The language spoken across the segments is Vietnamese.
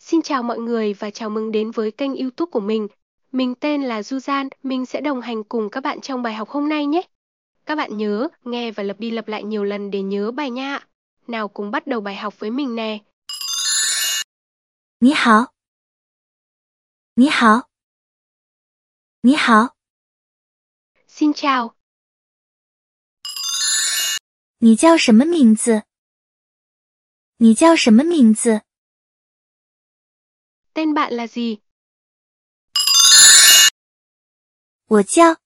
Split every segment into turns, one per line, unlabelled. Xin chào mọi người và chào mừng đến với kênh youtube của mình. Mình tên là Du Gian, mình sẽ đồng hành cùng các bạn trong bài học hôm nay nhé. Các bạn nhớ, nghe và lặp đi lặp lại nhiều lần để nhớ bài nha. Nào cùng bắt đầu bài học với mình nè.
你好，你好，你好，
Xin chào,
你叫什么名字？你叫什么名字？
tên bạn là gì?
我叫，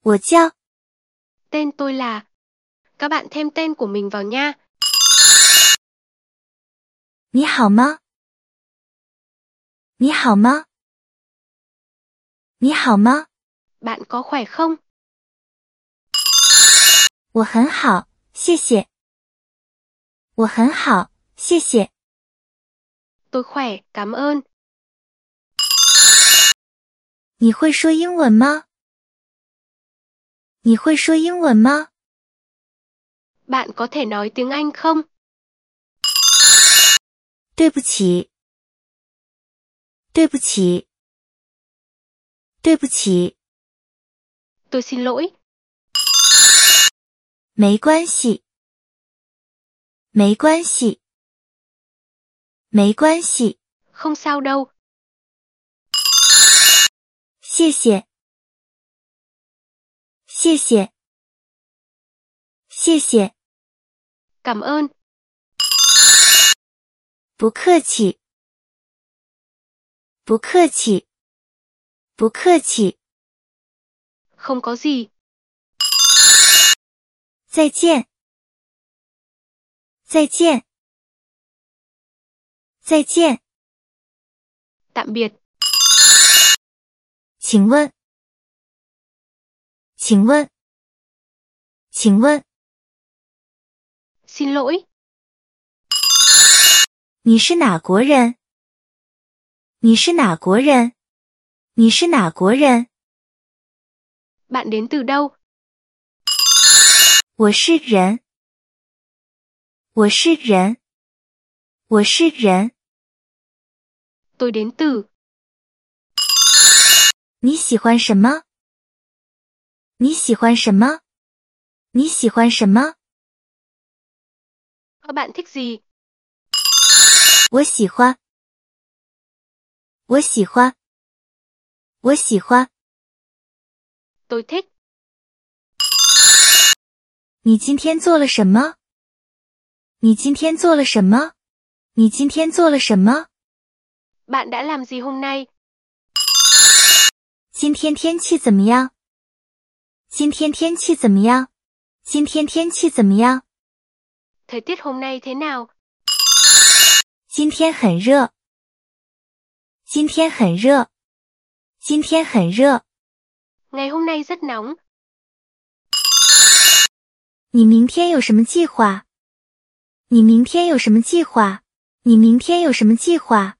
我叫，
Tên tôi là. Các bạn thêm tên của mình vào nha.
你好吗？你好吗？你好吗？
Bạn có khỏe không?
我很好，谢谢。我很好，谢谢。
Tôi khỏe, cảm ơn.
你会说英文吗？你会说英文吗？
Bạn có thể nói tiếng Anh không?
对不起，对不起，对不起，
Tôi xin lỗi,
没关系，没关系，没关系，
không sao đâu.
谢谢，谢谢，谢谢，
Cảm ơn,
不客气，不客气，不客气，
không có gì.
再见，再见，再见。
Tạm biệt,
请问，请问，请问，
xin lỗi.
你是哪国人？你是哪国人？你是哪国人？
Bạn đến từ đâu?
我是人，我是人，我是人。
Tôi đến từ.
你喜欢什么？你喜欢什么？你喜欢什么？
Các bạn thích gì?
我喜欢，我喜欢，我喜欢。
Tôi thích.
你今天做了什么？你今天做了什么？你今天做了什么？
Bạn đã làm gì hôm nay?
今天天气怎么样？今天天气怎么样？今天天气怎么样？
Thời tiết hôm nay thế nào?
今天很热。今天很热。今天很热。
Ngày hôm nay rất nóng.
你明天有什么计划？你明天有什么计划？你明天有什么计划？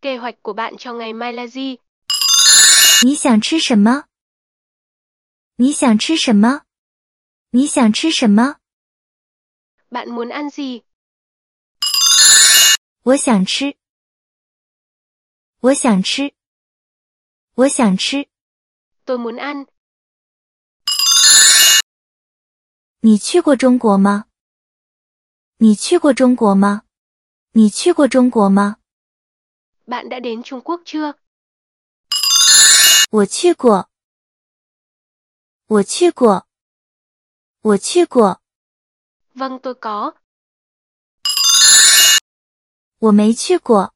Kế hoạch của bạn cho ngày mai là gì?
你想吃什么？你想吃什么？你想吃什么？
Bạn muốn ăn gì?
我想吃，我想吃，我想吃。
Tôi muốn ăn.
你去过中国吗？你去过中国吗？你去过中国吗？
Bạn đã đến Trung Quốc chưa?
我去过，我去过，我去过。
Vâng, tôi có.
我没去过，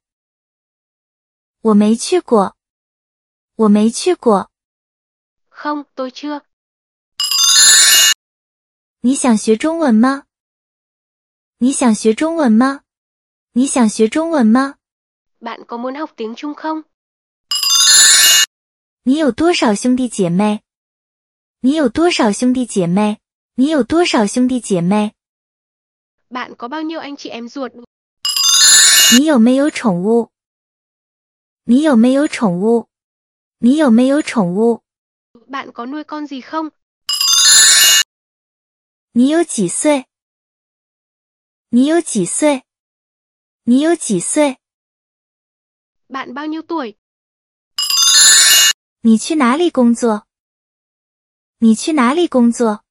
我没去过，我没去过。
Không, tôi chưa.
你想学中文吗？你想学中文吗？你想学中文吗？
Bạn có muốn học tiếng Trung không?
你有多少兄弟姐妹？你有多少兄弟姐妹？你有多少兄弟姐妹？
Bạn có bao nhiêu anh chị em ruột?
你有没有宠物？你有没有宠物？你有没有宠物？
Bạn có nuôi con gì không?
你有几岁？你有几岁？你有几岁？
Bạn bao nhiêu tuổi?
你去哪里工作？你去哪里工作？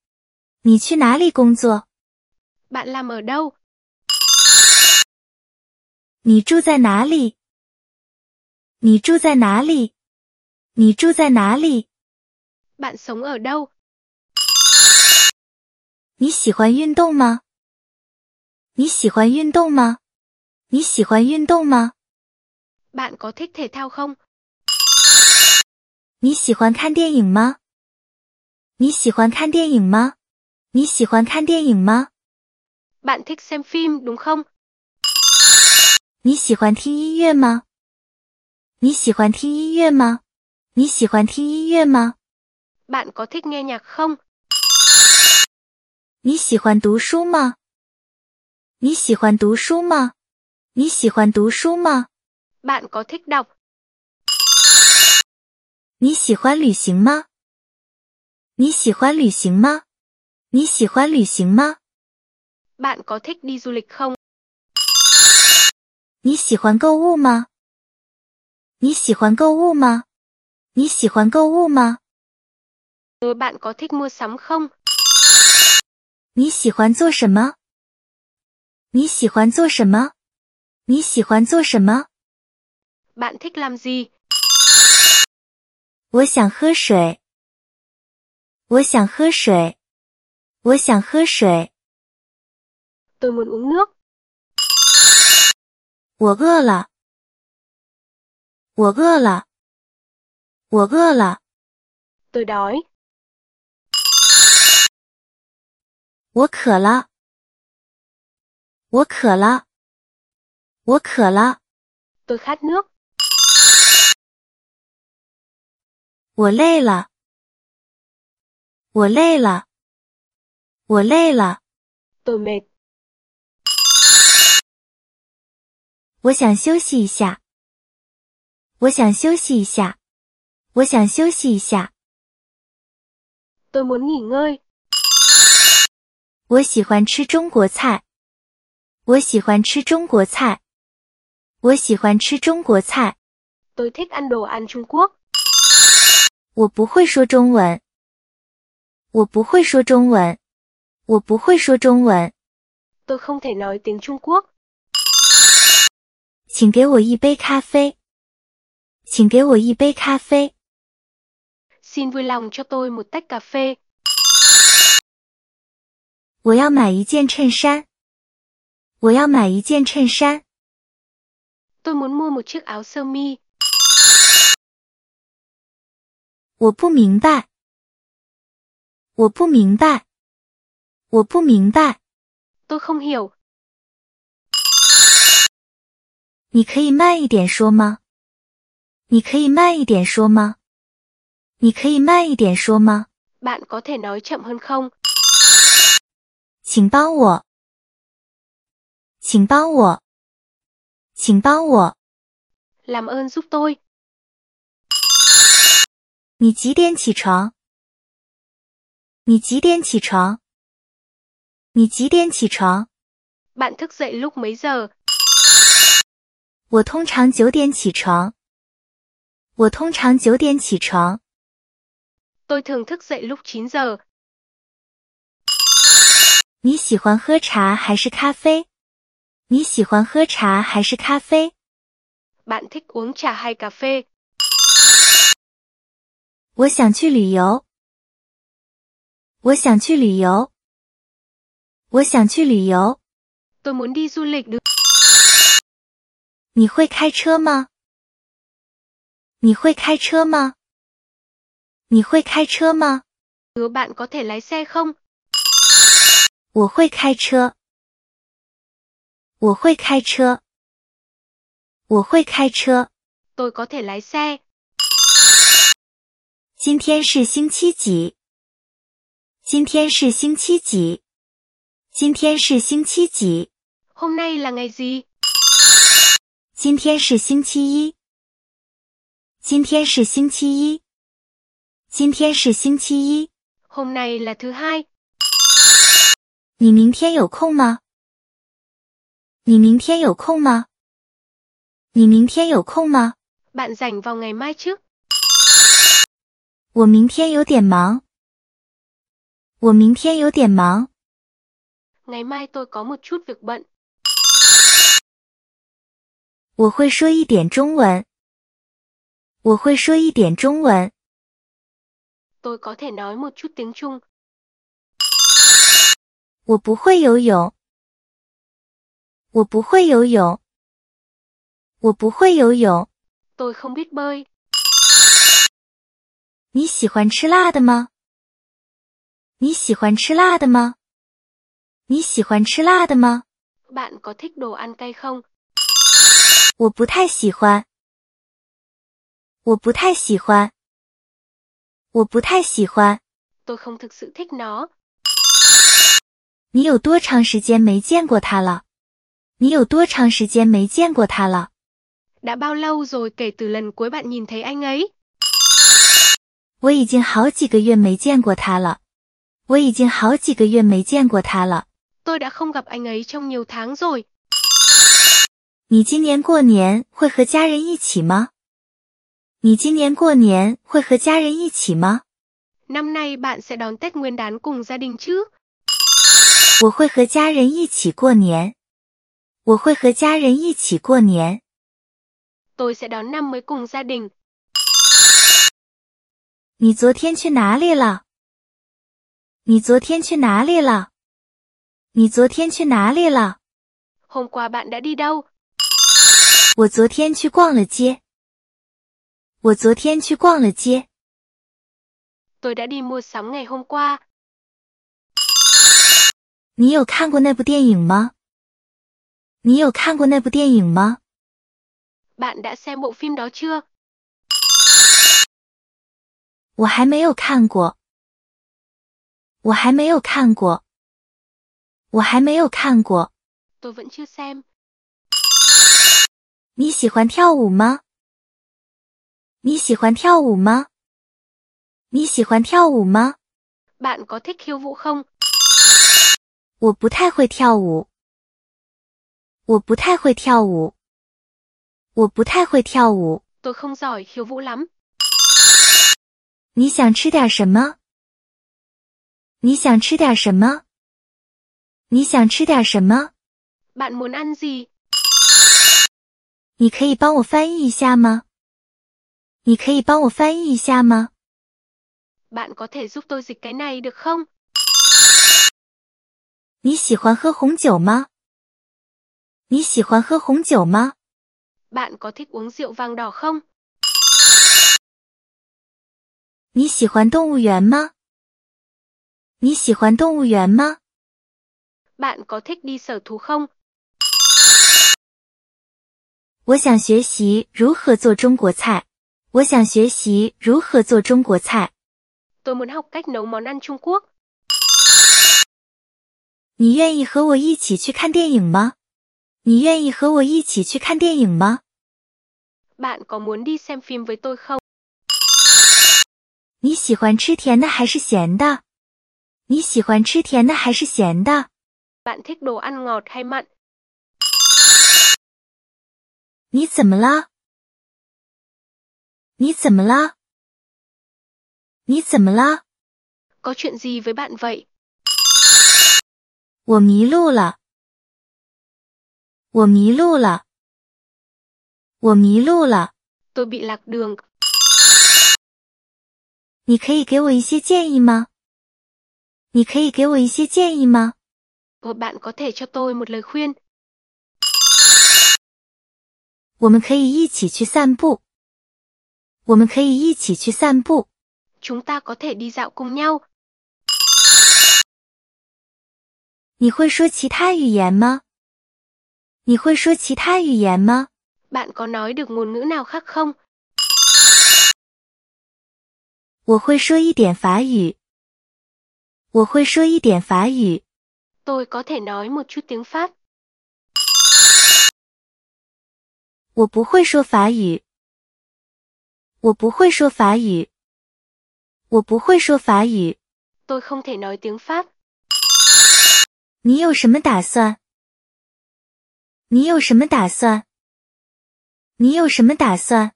你去哪里工作？
Bạn làm ở đâu?
你住在哪里？你住在哪里？你住在哪里？
Bạn sống ở đâu?
你喜欢运动吗？你喜欢运动吗？你喜欢运动吗？
Bạn có thích thể thao không?
你喜欢看电影吗？你喜欢看电影吗？你喜欢看电影吗？
Bạn thích xem phim đúng không?
你喜欢听音乐吗？你喜欢听音乐吗？你喜欢听音乐吗？
Bạn có thích nghe nhạc không?
你喜欢读书吗？你喜欢读书吗？你喜欢读书吗？
Bạn có thích đọc?
你喜欢旅行吗？你喜欢旅行吗？你喜欢旅行吗？
Bạn có thích đi du lịch không?
你喜欢购物吗？你喜欢购物吗？你喜欢购物吗？
Ừ, Bạn có thích mua sắm không?
你喜欢做什么？你喜欢做什么？你喜欢做什么？
Bạn thích làm gì?
我想喝水。我想喝水。我想喝水。
Tôi muốn uống nước.
我饿了。我饿了。我饿了。
Tôi đói.
我渴了。我渴了。我渴了。
Tôi khát nước.
我累了。我累了。我累了。
Tôi mệt.
我想休息一下。我想休息一下。我想休息一下。
Tôi muốn nghỉ ngơi.
我喜欢吃中国菜。我喜欢吃中国菜。我喜欢吃中国菜。
Tôi thích ăn đồ ăn Trung Quốc.
我不会说中文。我不会说中文。我不会说中文，
Tôi không thể nói tiếng Trung Quốc.
请给我一杯咖啡。请给我一杯咖啡。
Xin vui lòng cho tôi một tách cà phê.
我要买一件衬衫。我要买一件衬衫。
Tôi muốn mua một chiếc áo sơ mi.
我不明白。我不明白。我不明白。
Tôi không hiểu.
你可以慢一点说吗？你可以慢一点说吗？你可以慢一点说吗？
Bạn có thể nói chậm hơn không?
请帮我，请帮我，请帮我。
Làm ơn giúp tôi.
你几点起床？你几点起床？你几点起床？
Bạn thức dậy lúc mấy giờ?
我通常九点起床。我通常九点起床。
Tôi thường thức dậy lúc 9 giờ.
你喜欢喝茶还是咖啡？你喜欢喝茶还是咖啡？
Bạn thích uống trà hay cà phê?
我想去旅游。我想去旅游。我想去旅游。
Tôi muốn đi du lịch được.
你会开车吗？你会开车吗？你会开车吗？
Hứa bạn có thể lái xe không?
我会开车。我会开车。我会开车。
Tôi có thể lái xe.
今天是星期几？今天是星期几？今天是星期几？
Hôm nay là ngày gì?
今天是星期一。今天是星期一。今天是星期一。
Hôm nay là thứ hai.
你明天有空吗？你明天有空吗？你明天有空吗？
Bạn rảnh vào ngày mai chứ?
我明天有点忙。我明天有点忙。
Ngày mai tôi có một chút việc bận.
我会说一点中文。我会说一点中文。
Tôi có thể nói một chút tiếng Trung.
我不会游泳。我不会游泳。我不会游泳。
Tôi không biết bơi.
你喜欢吃辣的吗？你喜欢吃辣的吗？你喜欢吃辣的吗？
Bạn có thích đồ ăn cay không?
我不太喜欢。我不太喜欢。我不太喜欢。
Tôi không thực sự thích nó.
你有多长时间没见过他了？你有多长时间没见过他了？
Đã bao lâu rồi kể từ lần cuối bạn nhìn thấy anh ấy?
我已经好几个月没见过他了。我已经好几个月没见过他了。
Tôi đã không gặp anh ấy trong nhiều tháng rồi.
你今年过年会和家人一起吗？你今年过年会和家人一起吗？
Năm nay bạn sẽ đón Tết Nguyên đán cùng gia đình chứ?
我会和家人一起过年。我会和家人一起过年。
Tôi sẽ đón năm mới cùng gia đình.
你昨天去哪里了？你昨天去哪里了？你昨天去哪里了？
Hôm qua bạn đã đi đâu?
我昨天去逛了街。我昨天去逛了街。
Tôi đã đi mua sắm ngày hôm qua.
你有看过那部电影吗？你有看过那部电影吗？
Bạn đã xem bộ phim đó chưa?
我还没有看过。我还没有看过。我还没有看过。
Tôi vẫn chưa xem.
你喜欢跳舞吗？你喜欢跳舞吗？你喜欢跳舞吗？
Bạn có thích khiêu vũ không?
我不太会跳舞。我不太会跳舞。我不太会跳舞。
Tôi không giỏi khiêu vũ lắm.
你想吃点什么？你想吃点什么？你想吃点什么？
Bạn muốn ăn gì?
你可以帮我翻译一下吗？你可以帮我翻译一下吗？
Bạn có thể giúp tôi dịch cái này được không?
你喜欢喝红酒吗？你喜欢喝红酒吗？
Bạn có thích uống rượu vang đỏ không?
你喜欢动物园吗？你喜欢动物园吗？
Bạn có thích đi sở thú không?
我想学习如何做中国菜。我想学习如何做中国菜。
Tôi muốn học cách nấu món ăn Trung Quốc.
你愿意和我一起去看电影吗？你愿意和我一起去看电影吗？
Bạn có muốn đi xem phim với tôi không?
你喜欢吃甜的还是咸的？你喜欢吃甜的还是咸的？
Bạn thích đồ ăn ngọt hay mặn?
你怎么了？你怎么了？你怎么了？
Có chuyện gì với bạn vậy?
我迷路了。我迷路了。我迷路了。
Tôi bị lạc đường.
你可以给我一些建议吗？你可以给我一些建议吗？
Ờ, Bạn có thể cho tôi một lời khuyên.
我们可以一起去散步。我们可以一起去散步。
Chúng ta có thể đi dạo cùng nhau.
你会说其他语言吗？你会说其他语言吗？
Bạn có nói được ngôn ngữ nào khác không?
我会说一点法语。我会说一点法语。
Tôi có thể nói một chút tiếng Pháp.
我不会说法语。我不会说法语。我不会说法语。
Tôi không thể nói tiếng Pháp.
你有什么打算？你有什么打算？你有什么打算？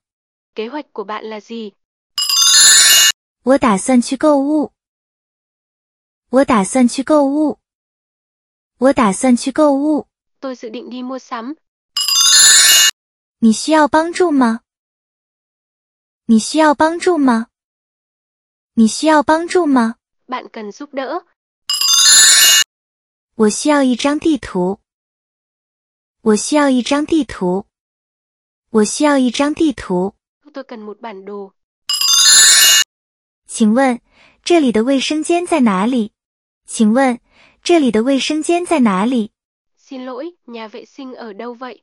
Kế hoạch của bạn là gì?
我打算去购物。我打算去购物。我打算去购物。
Tôi dự định đi mua sắm.
你需要帮助吗？你需要帮助吗？你需要帮助吗？
Bạn cần giúp đỡ.
我需要一张地图。我需要一张地图。我需要一张地图。
Tôi cần một bản đồ.
请问这里的卫生间在哪里？请问这里的卫生间在哪里？
Xin lỗi, nhà vệ sinh ở đâu vậy?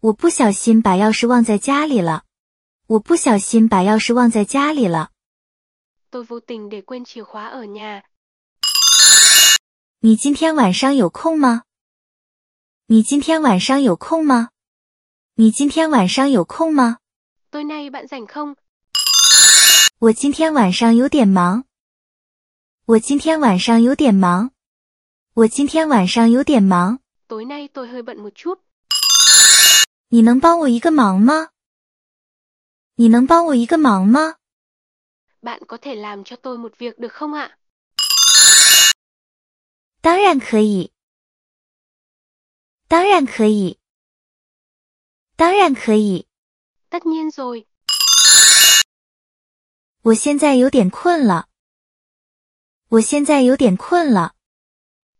我不小心把钥匙忘在家里了。我不小心把钥匙忘在家里了。
Tôi vô tình để quên chìa khóa ở nhà.
你今天晚上有空吗？你今天晚上有空吗？你今天晚上有空吗？
Tối nay bạn rảnh không?
我今天晚上有点忙。我今天晚上有点忙。我今天晚上有点忙。
Tối nay tôi hơi bận một chút.
你能帮我一个忙吗？你能帮我一个忙吗？
Bạn có thể làm cho tôi một việc được không ạ?
当然可以。当然可以。当然可以。
Tất nhiên rồi.
我现在有点困了。我现在有点困了。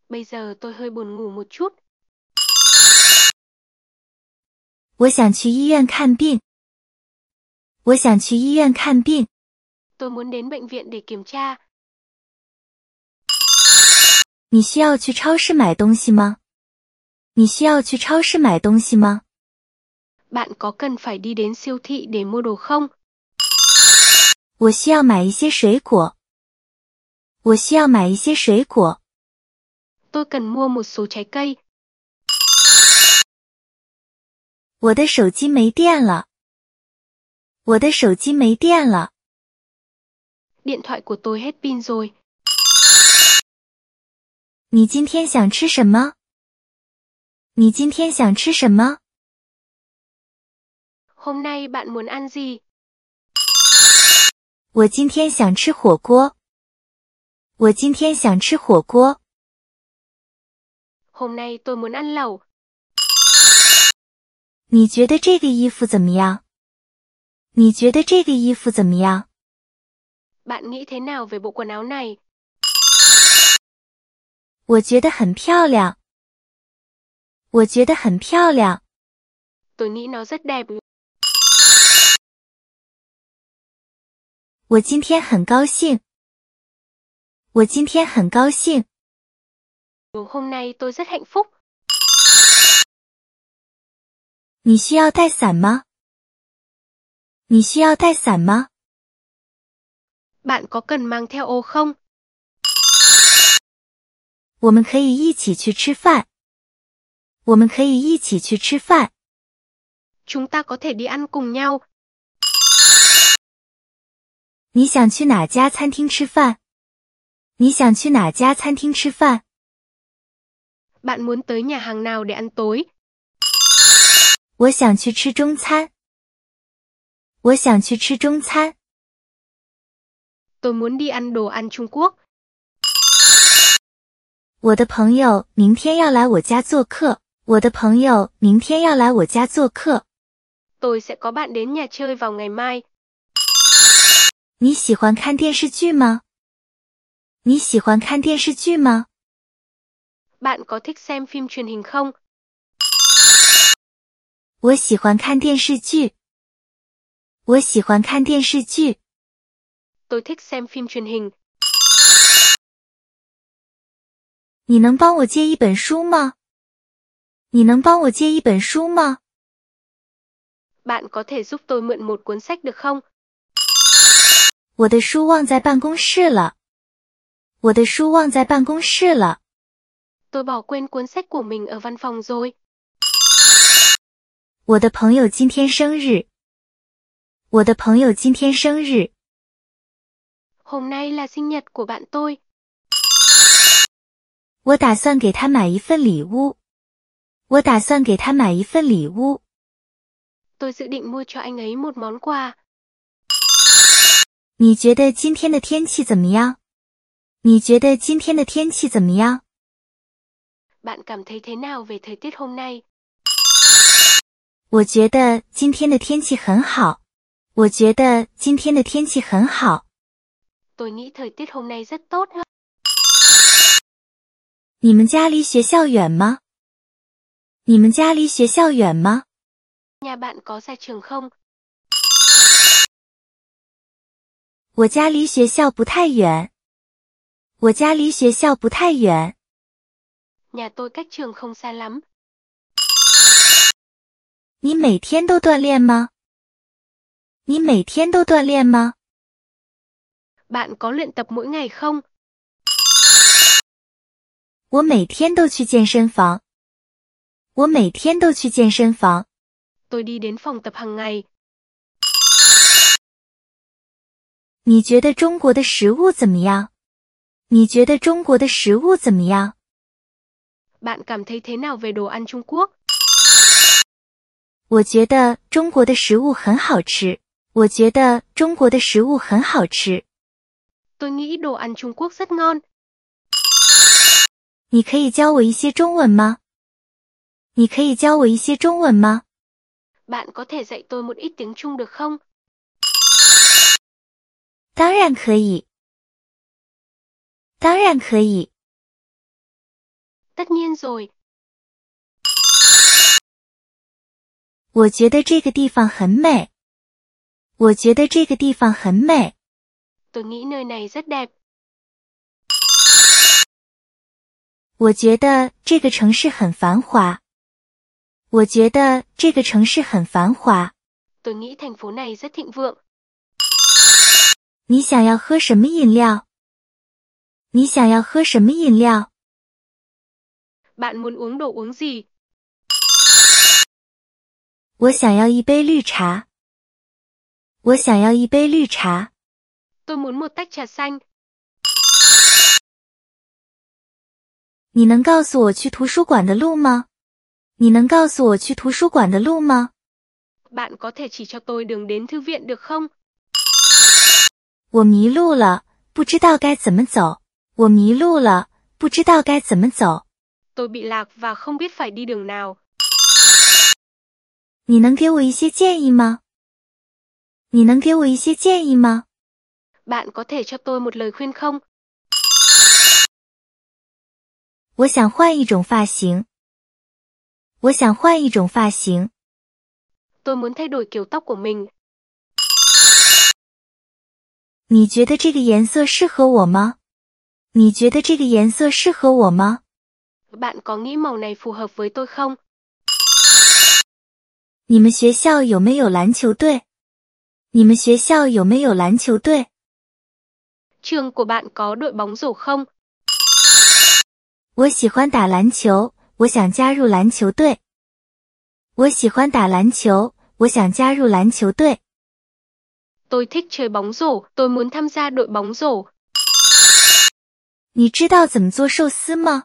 Bây giờ tôi hơi buồn ngủ một chút.
我想去医院看病。我想去医院看病。
Tôi muốn đến bệnh viện để kiểm tra.
你需要去超市买东西吗？你需要去超市买东西吗？
Bạn có cần phải đi đến siêu thị để mua đồ không?
我需要买一些水果。我需要买一些水果。
Tôi cần mua một số trái cây.
我的手机没电了。我的手机没电了。
Điện thoại của tôi hết pin rồi.
你今天想吃什么？你今天想吃什么？
Hôm nay bạn muốn ăn gì?
我今天想吃火锅。我今天想吃火锅。
Hôm nay tôi muốn ăn lẩu.
你觉得这个衣服怎么样？你觉得这个衣服怎么样？
Bạn nghĩ thế nào về bộ quần áo này?
我觉得很漂亮。我觉得很漂亮。
Tôi nghĩ nó rất đẹp.
我今天很高兴。我今天很高兴。
Hôm nay tôi rất hạnh phúc.
你需要带伞吗？你需要带伞吗？
Bạn có cần mang theo ô không?
我们可以一起去吃饭。我们可以一起去吃饭。
Chúng ta có thể đi ăn cùng nhau.
你想去哪家餐厅吃饭？你想去哪家餐厅吃饭？
Bạn muốn tới nhà hàng nào để ăn tối?
我想去吃中餐。我想去吃中餐。
Tôi muốn đi ăn đồ ăn Trung Quốc.
我的朋友明天要来我家做客。我的朋友明天要来我家做客。
Tôi sẽ có bạn đến nhà chơi vào ngày mai.
你喜欢看电视剧吗？你喜欢看电视剧吗？
Bạn có thích xem phim truyền hình không?
我喜欢看电视剧。我喜欢看电视剧。
Tôi thích xem phim truyền hình.
你能帮我借一本书吗？你能帮我借一本书吗？
Bạn có thể giúp tôi mượn một cuốn sách được không?
我的书忘在办公室了。我的书忘在办公室了。
Tôi bỏ quên cuốn sách của mình ở văn phòng rồi.
我的朋友今天生日。我的朋友今天生日。
Hôm nay là sinh nhật của bạn tôi.
我打算给他买一份礼物。我打算给他买一份礼物。
tôi dự định mua cho anh ấy một món quà.
你觉得今天的天气怎么样？你觉得今天的天气怎么样？
Bạn cảm thấy thế nào về thời tiết hôm nay?
我觉得今天的天气很好。我觉得今天的天气很好。
Tôi nghĩ thời tiết hôm nay rất tốt.
你们家离学校远吗？你们家离学校远吗？
Nhà bạn có xa trường không?
我家离学校不太远。我家离学校不太远。
Nhà tôi cách trường không xa lắm.
你每天都锻炼吗？你每天都锻炼吗？
Bạn có luyện tập mỗi ngày không?
我每天都去健身房。我每天都去健身房。
Tôi đi đến phòng tập hàng ngày.
你觉得中国的食物怎么样？你觉得中国的食物怎么样？
Bạn cảm thấy thế nào về đồ ăn Trung Quốc?
我觉得中国的食物很好吃。我觉得中国的食物很好吃。
Tôi nghĩ đồ ăn Trung Quốc rất ngon.
你可以教我一些中文吗？你可以教我一些中文吗？
Bạn có thể dạy tôi một ít tiếng Trung được không?
当然可以，当然可以。
Tất nhiên rồi,
我觉得这个地方很美。我觉得这个地方很美。
tôi nghĩ nơi này rất đẹp.
我觉得这个城市很繁华。我觉得这个城市很繁华。
Tôi nghĩ thành phố này rất thịnh vượng.
你想要喝什么饮料？你想要喝什么饮料？
Bạn muốn uống đồ uống gì?
我想要一杯绿茶。我想要一杯绿茶。
Tôi muốn một tách trà xanh.
你能告诉我去图书馆的路吗？你能告诉我去图书馆的路吗？
Bạn có thể chỉ cho tôi đường đến thư viện được không?
我迷路了，不知道该怎么走。我迷路了，不知道该怎么走。
Tôi bị lạc và không biết phải đi đường nào.
你能给我一些建议吗？你能给我一些建议吗？
Bạn có thể cho tôi một lời khuyên không?
我想换一种发型。我想换一种发型。
Tôi muốn thay đổi kiểu tóc của mình.
你觉得这个颜色适合我吗？你觉得这个颜色适合我吗？
Bạn có nghĩ màu này phù hợp với tôi không?
你们学校有没有篮球队？你们学校有没有篮球队？
Trường của bạn có đội bóng rổ không?
我喜欢打篮球，我想加入篮球队。我喜欢打篮球，我想加入篮球队。
Tôi thích chơi bóng rổ, tôi muốn tham gia đội bóng rổ.
你知道怎么做寿司吗？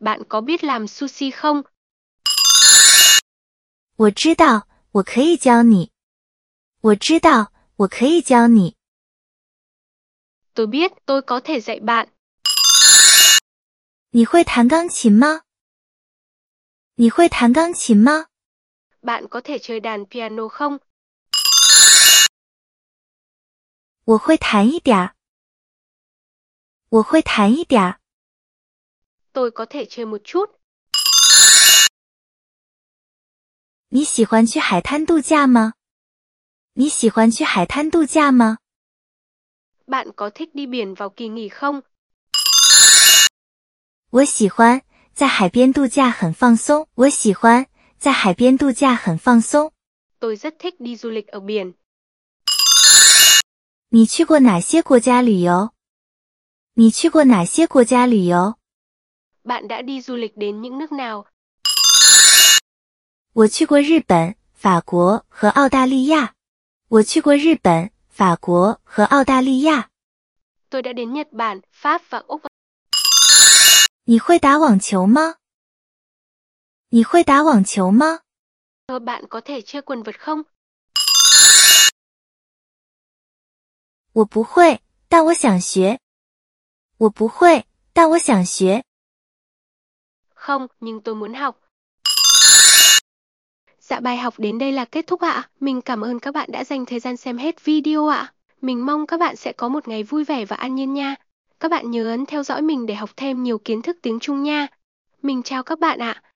Bạn có biết làm sushi không?
我知道，我可以教你。我知道，我可以教你。
Tôi biết, tôi có thể dạy bạn.
你会弹钢琴吗？你会弹钢琴吗？
Bạn có thể chơi đàn piano không?
我会弹一点儿。我会弹一点儿。
Tôi có thể chơi một chút.
你喜欢去海滩度假吗？你喜欢去海滩度假吗？
Bạn có thích đi biển vào kỳ nghỉ không?
我喜欢在海边度假，很放松。我喜欢在海边度假，很放松。
Tôi rất thích đi du lịch ở biển.
你去过哪些国家旅游？你去过哪些国家旅游？
Bạn đã đi du lịch đến những nước nào?
我去过日本、法国和澳大利亚。我去过日本、法国和澳大利亚。
Tôi đã đến Nhật Bản, Pháp và Úc.
你会打网球吗？你会打网球吗？
Ờ, Bạn có thể che quần vợt không?
我不会，但我想学。我不会，但我想学。
Không, nhưng tôi muốn học. Dạ bài học đến đây là kết thúc ạ. Mình cảm ơn các bạn đã dành thời gian xem hết video ạ. Mình mong các bạn sẽ có một ngày vui vẻ và an nhiên nha. Các bạn nhớ ấn theo dõi mình để học thêm nhiều kiến thức tiếng Trung nha. Mình chào các bạn ạ.